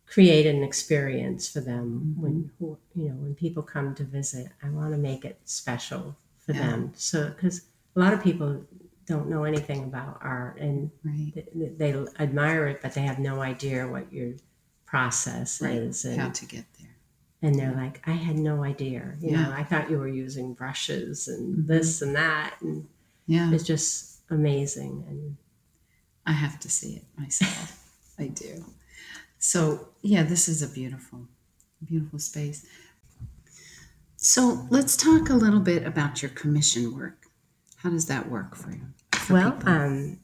[SPEAKER 2] create an experience for them
[SPEAKER 1] Mm-hmm.
[SPEAKER 2] when who- you know when people come to visit i want to make it special for
[SPEAKER 1] Yeah.
[SPEAKER 2] them so because a lot of people don't know anything about art and
[SPEAKER 1] Right.
[SPEAKER 2] th- th- they admire it but they have no idea what your process
[SPEAKER 1] Right.
[SPEAKER 2] is and,
[SPEAKER 1] How to get there.
[SPEAKER 2] and they're like i had no idea you
[SPEAKER 1] Yeah.
[SPEAKER 2] know i thought you were using brushes and
[SPEAKER 1] Mhm.
[SPEAKER 2] this and that and
[SPEAKER 1] Yeah.
[SPEAKER 2] it's just amazing and
[SPEAKER 1] I have to see it
[SPEAKER 2] (laughs)
[SPEAKER 1] myself. I do. So, yeah, this is a beautiful, beautiful space. So, let's talk a little bit about your commission work. How does that work for you? for
[SPEAKER 2] well
[SPEAKER 1] people?
[SPEAKER 2] um,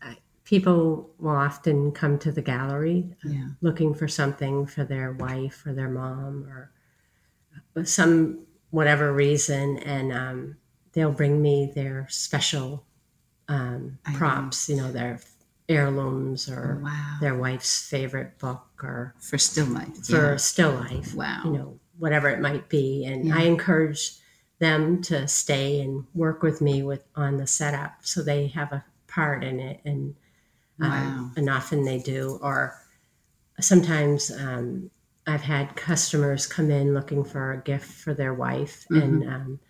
[SPEAKER 2] I, people will often come to the gallery
[SPEAKER 1] yeah,
[SPEAKER 2] looking for something for their wife or their mom or uh, some whatever reason, and um, they'll bring me their special um,
[SPEAKER 1] Items. Oh,
[SPEAKER 2] props, you know, their heirlooms or
[SPEAKER 1] wow.
[SPEAKER 2] their wife's favorite book or
[SPEAKER 1] for still life.
[SPEAKER 2] for still life,
[SPEAKER 1] yeah. Wow.
[SPEAKER 2] you know, uh, whatever it might be. And
[SPEAKER 1] Yeah.
[SPEAKER 2] I encourage them to stay and work with me with on the setup so they have a part in it and
[SPEAKER 1] Wow.
[SPEAKER 2] um, and often they do. Or sometimes um, I've had customers come in looking for a gift for their wife,
[SPEAKER 1] Mm-hmm.
[SPEAKER 2] and um,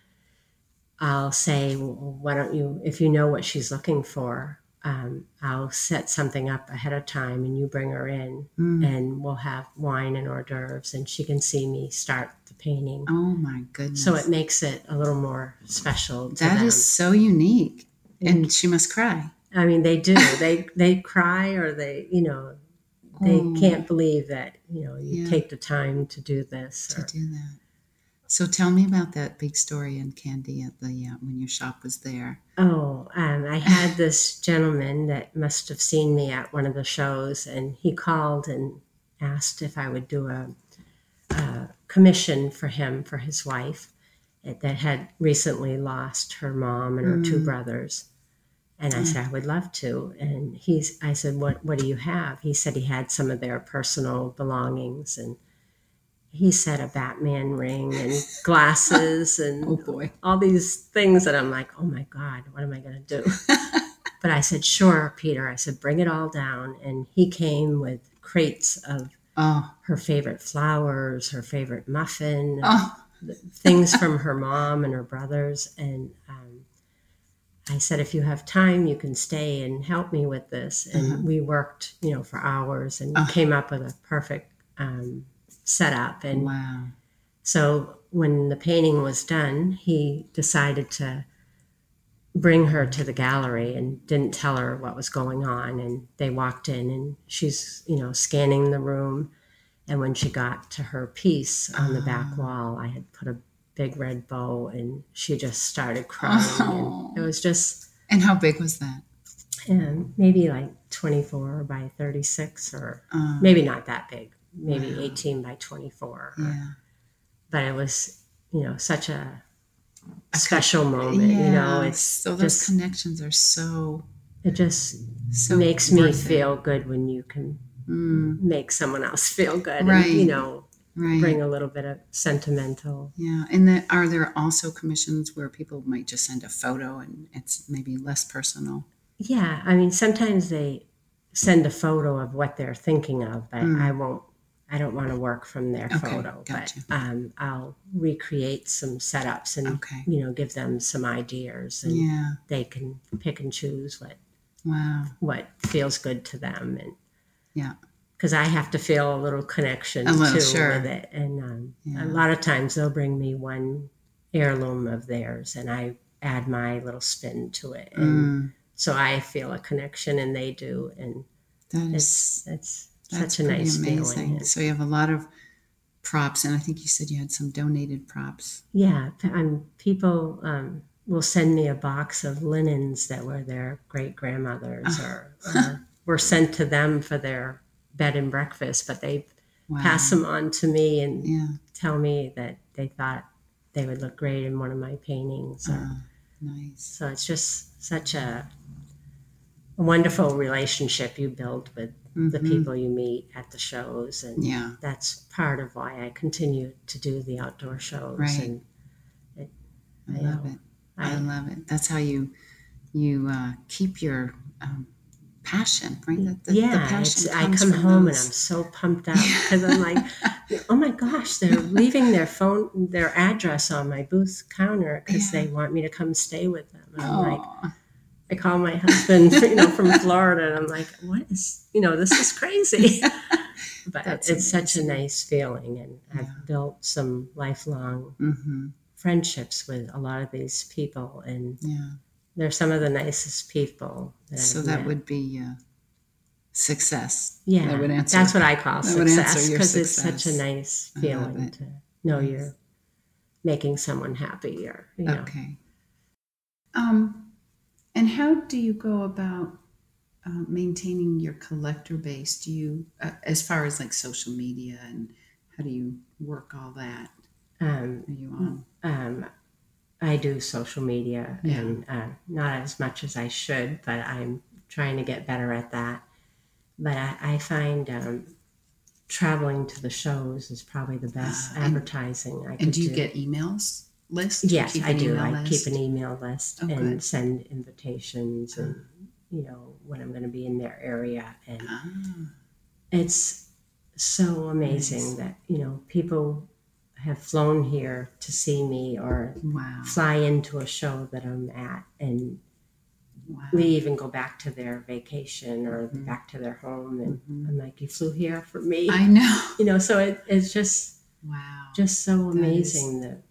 [SPEAKER 2] I'll say, well, "Why don't you, if you know what she's looking for, um, I'll set something up ahead of time, and you bring her in,
[SPEAKER 1] Mm.
[SPEAKER 2] and we'll have wine and hors d'oeuvres, and she can see me start the painting."
[SPEAKER 1] Oh my goodness.
[SPEAKER 2] So it makes it a little more special. To
[SPEAKER 1] that
[SPEAKER 2] them.
[SPEAKER 1] is so unique. And she must cry.
[SPEAKER 2] I mean, they do. they they cry or they, you know, they
[SPEAKER 1] Oh,
[SPEAKER 2] can't believe that you know you
[SPEAKER 1] Yeah.
[SPEAKER 2] take the time to do this.
[SPEAKER 1] to
[SPEAKER 2] or-
[SPEAKER 1] do that. So tell me about that big story in Candy at the uh, when your shop was there.
[SPEAKER 2] oh, um, I had this gentleman that must have seen me at one of the shows, and he called and asked if I would do a, a commission for him for his wife that that had recently lost her mom and her two
[SPEAKER 1] Mm.
[SPEAKER 2] brothers. And I said I would love to. And he's, I said, what What do you have? He said he had some of their personal belongings and. He said a Batman ring and glasses and
[SPEAKER 1] Oh boy.
[SPEAKER 2] all these things that I'm like, oh my God, what am I going to
[SPEAKER 1] (laughs)
[SPEAKER 2] do? but I said, sure, Peter. I said, bring it all down. And he came with crates of
[SPEAKER 1] Oh,
[SPEAKER 2] her favorite flowers, her favorite muffin,
[SPEAKER 1] oh,
[SPEAKER 2] things from her mom and her brothers. And um, I said, if you have time, you can stay and help me with this. And
[SPEAKER 1] Uh-huh.
[SPEAKER 2] we worked, you know, for hours and
[SPEAKER 1] Uh-huh.
[SPEAKER 2] came up with a perfect um, setup. And
[SPEAKER 1] wow.
[SPEAKER 2] so when the painting was done, he decided to bring her to the gallery and didn't tell her what was going on. And they walked in and she's, you know, scanning the room. And when she got to her piece on the
[SPEAKER 1] Ah.
[SPEAKER 2] back wall, I had put a big red bow and she just started crying.
[SPEAKER 1] Oh.
[SPEAKER 2] And it was just
[SPEAKER 1] And how big was that?
[SPEAKER 2] um, maybe like 24 by 36 or
[SPEAKER 1] Um,
[SPEAKER 2] maybe not that big, maybe
[SPEAKER 1] Wow.
[SPEAKER 2] 18 by 24 or
[SPEAKER 1] Yeah.
[SPEAKER 2] but it was you know such a,
[SPEAKER 1] A
[SPEAKER 2] special moment you know
[SPEAKER 1] Yeah,
[SPEAKER 2] it's
[SPEAKER 1] so those
[SPEAKER 2] just-
[SPEAKER 1] connections are so
[SPEAKER 2] it just
[SPEAKER 1] so
[SPEAKER 2] makes me
[SPEAKER 1] worth it.
[SPEAKER 2] feel good when you can
[SPEAKER 1] Mm,
[SPEAKER 2] make someone else (laughs) feel good
[SPEAKER 1] Right.
[SPEAKER 2] and you know
[SPEAKER 1] right.
[SPEAKER 2] bring a little bit of sentimental
[SPEAKER 1] Yeah, and then are there also commissions where people might just send a photo and it's maybe less personal?
[SPEAKER 2] yeah i mean sometimes they send a photo of what they're thinking of but
[SPEAKER 1] Mm.
[SPEAKER 2] i won't i don't want to work from their
[SPEAKER 1] Okay,
[SPEAKER 2] photo
[SPEAKER 1] gotcha.
[SPEAKER 2] but um, i'll recreate some setups and
[SPEAKER 1] Okay.
[SPEAKER 2] you know give them some ideas Mm. and
[SPEAKER 1] Yeah.
[SPEAKER 2] they can pick and choose what
[SPEAKER 1] Wow.
[SPEAKER 2] what feels good to them and
[SPEAKER 1] Yeah.
[SPEAKER 2] because I have to feel a little connection
[SPEAKER 1] A little,
[SPEAKER 2] too
[SPEAKER 1] sure.
[SPEAKER 2] with it. And um,
[SPEAKER 1] Yeah.
[SPEAKER 2] a lot of times they'll bring me one heirloom of theirs, and I add my little spin to it, and
[SPEAKER 1] Mm,
[SPEAKER 2] so I feel a connection, and they do, and
[SPEAKER 1] that is
[SPEAKER 2] it's it's
[SPEAKER 1] that's
[SPEAKER 2] such a
[SPEAKER 1] pretty
[SPEAKER 2] nice
[SPEAKER 1] amazing.
[SPEAKER 2] feeling.
[SPEAKER 1] So you have a lot of props, and I think you said you had some donated props.
[SPEAKER 2] Yeah, p- um, people um, will send me a box of linens that were their great grandmothers
[SPEAKER 1] Ah.
[SPEAKER 2] or, or were sent to them for their bed and breakfast, but they
[SPEAKER 1] Wow.
[SPEAKER 2] pass them on to me and
[SPEAKER 1] Yeah.
[SPEAKER 2] tell me that they thought they would look great in one of my paintings. or-
[SPEAKER 1] Uh, nice.
[SPEAKER 2] so it's just such a, a wonderful relationship you build with the
[SPEAKER 1] Mhm.
[SPEAKER 2] people you meet at the shows. And
[SPEAKER 1] Yeah.
[SPEAKER 2] that's part of why I continue to do the outdoor shows.
[SPEAKER 1] Right.
[SPEAKER 2] And it,
[SPEAKER 1] I
[SPEAKER 2] you
[SPEAKER 1] love
[SPEAKER 2] know,
[SPEAKER 1] it. I
[SPEAKER 2] I,
[SPEAKER 1] love it. That's how you you uh, keep your um, passion, right? The, the,
[SPEAKER 2] yeah,
[SPEAKER 1] the
[SPEAKER 2] it's-
[SPEAKER 1] passion.
[SPEAKER 2] I
[SPEAKER 1] comes
[SPEAKER 2] come
[SPEAKER 1] from
[SPEAKER 2] home and
[SPEAKER 1] those-
[SPEAKER 2] I'm so pumped up because I'm like,
[SPEAKER 1] (laughs)
[SPEAKER 2] oh my gosh, they're leaving their phone, their address on my booth counter because
[SPEAKER 1] Yeah. Oh,
[SPEAKER 2] they want me to come stay with them. And I'm like,
[SPEAKER 1] Aw.
[SPEAKER 2] I call my husband, (laughs) you know, from Florida, and I'm like, what is, you know, this is
[SPEAKER 1] (laughs)
[SPEAKER 2] crazy. But
[SPEAKER 1] That's
[SPEAKER 2] it's such a
[SPEAKER 1] amazing.
[SPEAKER 2] nice feeling, and
[SPEAKER 1] Yeah.
[SPEAKER 2] I've built some lifelong
[SPEAKER 1] Mhm.
[SPEAKER 2] friendships with a lot of these people, and
[SPEAKER 1] Yeah.
[SPEAKER 2] they're some of the nicest people. That
[SPEAKER 1] So
[SPEAKER 2] I've
[SPEAKER 1] that
[SPEAKER 2] met.
[SPEAKER 1] would be uh, success.
[SPEAKER 2] yeah,
[SPEAKER 1] that would answer-
[SPEAKER 2] that's what I call
[SPEAKER 1] that would answer
[SPEAKER 2] success
[SPEAKER 1] your
[SPEAKER 2] because it's such a
[SPEAKER 1] success.
[SPEAKER 2] nice
[SPEAKER 1] I love
[SPEAKER 2] feeling
[SPEAKER 1] it.
[SPEAKER 2] to know
[SPEAKER 1] Yes.
[SPEAKER 2] you're making someone happy, or you know,
[SPEAKER 1] Okay. Um, and how do you go about uh, maintaining your collector base? Do you, uh, as far as like social media and how do you work all that?
[SPEAKER 2] um,
[SPEAKER 1] Are you on?
[SPEAKER 2] um, I do social media
[SPEAKER 1] Yeah.
[SPEAKER 2] and uh, not as much as I should, but I'm trying to get better at that. But I, I find um, traveling to the shows is probably the best
[SPEAKER 1] Ah, and-
[SPEAKER 2] advertising I can
[SPEAKER 1] And do you get emails list? you
[SPEAKER 2] Yes,
[SPEAKER 1] keep
[SPEAKER 2] I
[SPEAKER 1] an
[SPEAKER 2] do.
[SPEAKER 1] email
[SPEAKER 2] I keep
[SPEAKER 1] list?
[SPEAKER 2] an email list
[SPEAKER 1] Oh,
[SPEAKER 2] and
[SPEAKER 1] good.
[SPEAKER 2] send invitations and you know when I'm going to be in their area and
[SPEAKER 1] Ah,
[SPEAKER 2] it's so amazing
[SPEAKER 1] Nice.
[SPEAKER 2] that you know people have flown here to see me or
[SPEAKER 1] wow.
[SPEAKER 2] fly into a show that I'm at and
[SPEAKER 1] Wow.
[SPEAKER 2] leave and go back to their vacation or
[SPEAKER 1] Mhm.
[SPEAKER 2] back to their home. And
[SPEAKER 1] Mhm.
[SPEAKER 2] I'm like, you flew here for me,
[SPEAKER 1] I know.
[SPEAKER 2] you know. So it, it's just
[SPEAKER 1] Wow.
[SPEAKER 2] just so
[SPEAKER 1] That is-
[SPEAKER 2] amazing that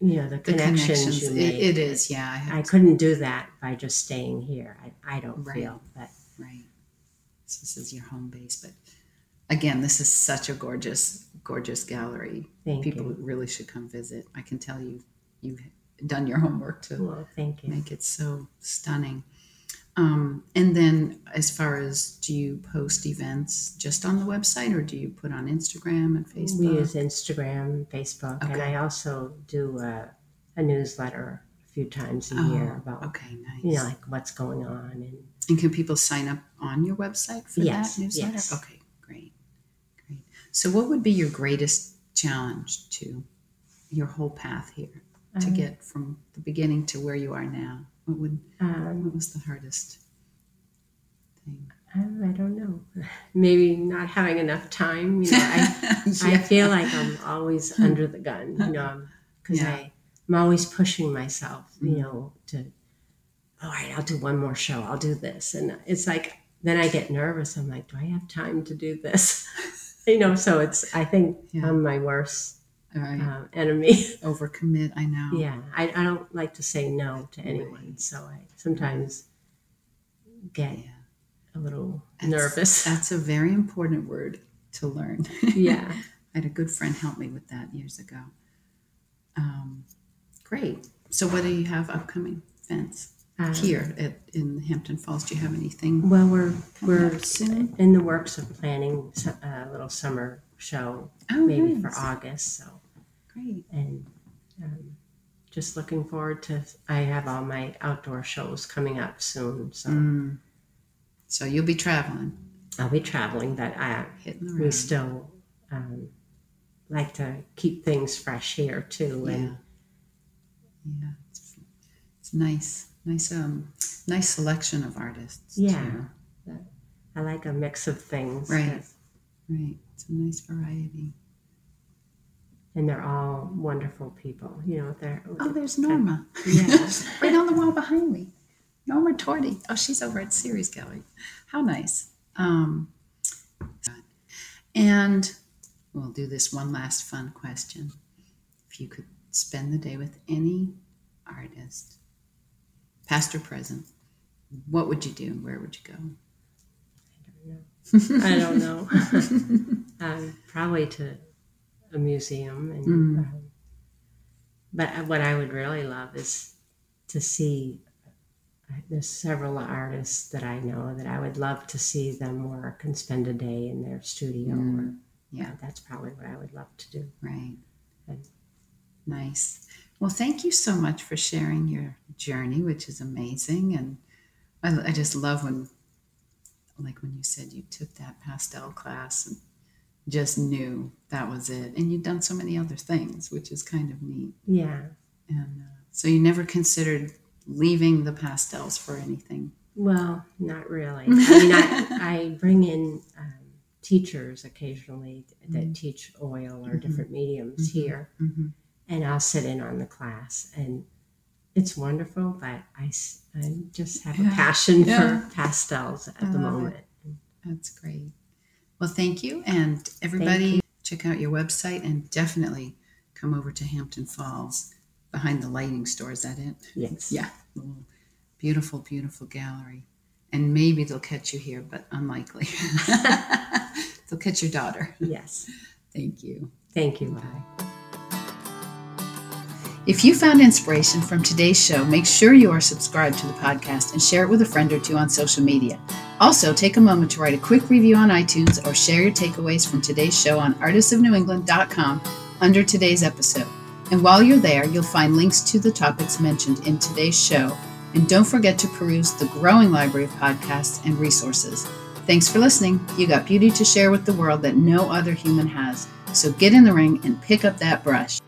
[SPEAKER 2] you know the,
[SPEAKER 1] the
[SPEAKER 2] connections,
[SPEAKER 1] connections.
[SPEAKER 2] you
[SPEAKER 1] It,
[SPEAKER 2] make.
[SPEAKER 1] it is. Yeah. I have
[SPEAKER 2] I couldn't do that by just staying here. I, I don't
[SPEAKER 1] Right.
[SPEAKER 2] feel, but
[SPEAKER 1] Right. So this is your home base, but again, this is such a gorgeous, gorgeous gallery.
[SPEAKER 2] thank
[SPEAKER 1] People
[SPEAKER 2] you.
[SPEAKER 1] really should come visit. I can tell you, you've done your homework to
[SPEAKER 2] Well, thank you.
[SPEAKER 1] make it so stunning. Um, and then, as far as do you post events just on the website, or do you put on Instagram and Facebook?
[SPEAKER 2] We use Instagram, Facebook, and
[SPEAKER 1] Okay.
[SPEAKER 2] I also do a, a newsletter a few times a
[SPEAKER 1] Oh,
[SPEAKER 2] year about
[SPEAKER 1] okay, nice.
[SPEAKER 2] you know like what's going on and
[SPEAKER 1] And can people sign up on your website for
[SPEAKER 2] Yes,
[SPEAKER 1] that newsletter?
[SPEAKER 2] yes.
[SPEAKER 1] Okay, great. Great. So what would be your greatest challenge to your whole path here to
[SPEAKER 2] um,
[SPEAKER 1] get from the beginning to where you are now? What would
[SPEAKER 2] um,
[SPEAKER 1] what was the hardest thing?
[SPEAKER 2] Um, I don't know. (laughs) Maybe not having enough time. You know,
[SPEAKER 1] (laughs)
[SPEAKER 2] I, I feel like I'm always under the gun. You know, because
[SPEAKER 1] Hmm. Yeah.
[SPEAKER 2] I I'm always pushing myself. You
[SPEAKER 1] Mm.
[SPEAKER 2] know, to all right, I'll do one more show. I'll do this, and it's like then I get nervous. I'm like, do I have time to do this? (laughs) you know, so it's I think
[SPEAKER 1] Yeah.
[SPEAKER 2] I'm my worst
[SPEAKER 1] All right.
[SPEAKER 2] uh, enemy.
[SPEAKER 1] Overcommit, I know.
[SPEAKER 2] (laughs) yeah, I, I don't like to say no to anyone, so I sometimes get
[SPEAKER 1] Yeah.
[SPEAKER 2] a little
[SPEAKER 1] That's-
[SPEAKER 2] nervous.
[SPEAKER 1] That's a very important word to learn.
[SPEAKER 2] (laughs)
[SPEAKER 1] (laughs)
[SPEAKER 2] yeah.
[SPEAKER 1] I had a good friend help me with that years ago. Um, great. So what do you have upcoming events?
[SPEAKER 2] Um,
[SPEAKER 1] here at, in Hampton Falls. Do you have anything
[SPEAKER 2] Well, we're
[SPEAKER 1] coming
[SPEAKER 2] we're
[SPEAKER 1] up soon?
[SPEAKER 2] in the works of planning s- a little summer show,
[SPEAKER 1] Oh,
[SPEAKER 2] maybe for
[SPEAKER 1] nice.
[SPEAKER 2] August. So,
[SPEAKER 1] Great.
[SPEAKER 2] and um, just looking forward to. I have all my outdoor shows coming up soon, so
[SPEAKER 1] Mm. So you'll be traveling,
[SPEAKER 2] I'll be traveling. But I
[SPEAKER 1] hitting the
[SPEAKER 2] we
[SPEAKER 1] road.
[SPEAKER 2] still um, like to keep things fresh here too,
[SPEAKER 1] Yeah.
[SPEAKER 2] and
[SPEAKER 1] Yeah. It's, it's nice. Nice um nice selection of artists.
[SPEAKER 2] Yeah.
[SPEAKER 1] too.
[SPEAKER 2] I like a mix of things.
[SPEAKER 1] Right. Right. It's a nice variety.
[SPEAKER 2] And they're all wonderful people. You know, they're
[SPEAKER 1] Oh, there's Norma.
[SPEAKER 2] Yeah.
[SPEAKER 1] (laughs) right on the wall behind me. Norma Torti. Oh, she's over at Series Gallery. How nice. Um, and we'll do this one last fun question. If you could spend the day with any artist, past or present, what would you do and where would you go?
[SPEAKER 2] I don't know. (laughs)
[SPEAKER 1] (laughs)
[SPEAKER 2] um, probably to a museum, and
[SPEAKER 1] Mm.
[SPEAKER 2] um, but I- what I would really love is to see. uh, There's several artists that I know that I would love to see them work and spend a day in their studio. Or,
[SPEAKER 1] Mm.
[SPEAKER 2] uh,
[SPEAKER 1] Yeah.
[SPEAKER 2] that's probably what I would love to do.
[SPEAKER 1] Right.
[SPEAKER 2] Right.
[SPEAKER 1] Nice. Well, thank you so much for sharing your journey, which is amazing. And I, I just love when, like when you said you took that pastel class and just knew that was it. And you've done so many other things, which is kind of neat.
[SPEAKER 2] Yeah,
[SPEAKER 1] And uh, so you never considered leaving the pastels for anything.
[SPEAKER 2] Well,
[SPEAKER 1] (laughs)
[SPEAKER 2] not really. I mean, I, I bring in um, teachers occasionally that
[SPEAKER 1] Mhm.
[SPEAKER 2] teach oil or
[SPEAKER 1] Mhm.
[SPEAKER 2] different mediums
[SPEAKER 1] Mhm.
[SPEAKER 2] here, and I'll sit in on the class, and it's wonderful. But I, s- I just have
[SPEAKER 1] Yeah.
[SPEAKER 2] a passion
[SPEAKER 1] Yeah.
[SPEAKER 2] for pastels at
[SPEAKER 1] I
[SPEAKER 2] the
[SPEAKER 1] love it.
[SPEAKER 2] moment.
[SPEAKER 1] That's great. Well, thank you. And everybody, check out your website and definitely come over to Hampton Falls behind the lighting store. Is that it?
[SPEAKER 2] Yes.
[SPEAKER 1] Yeah. Little Beautiful, beautiful gallery. And maybe they'll catch you here, but unlikely. (laughs) they'll catch your daughter.
[SPEAKER 2] Yes.
[SPEAKER 1] Thank you.
[SPEAKER 2] Thank you, Laura.
[SPEAKER 1] If you found inspiration from today's show, make sure you are subscribed to the podcast and share it with a friend or two on social media. Also, take a moment to write a quick review on iTunes or share your takeaways from today's show on artistsofnewengland.com under today's episode. And while you're there, you'll find links to the topics mentioned in today's show. And don't forget to peruse the growing library of podcasts and resources. Thanks for listening. You got beauty to share with the world that no other human has. So get in the ring and pick up that brush.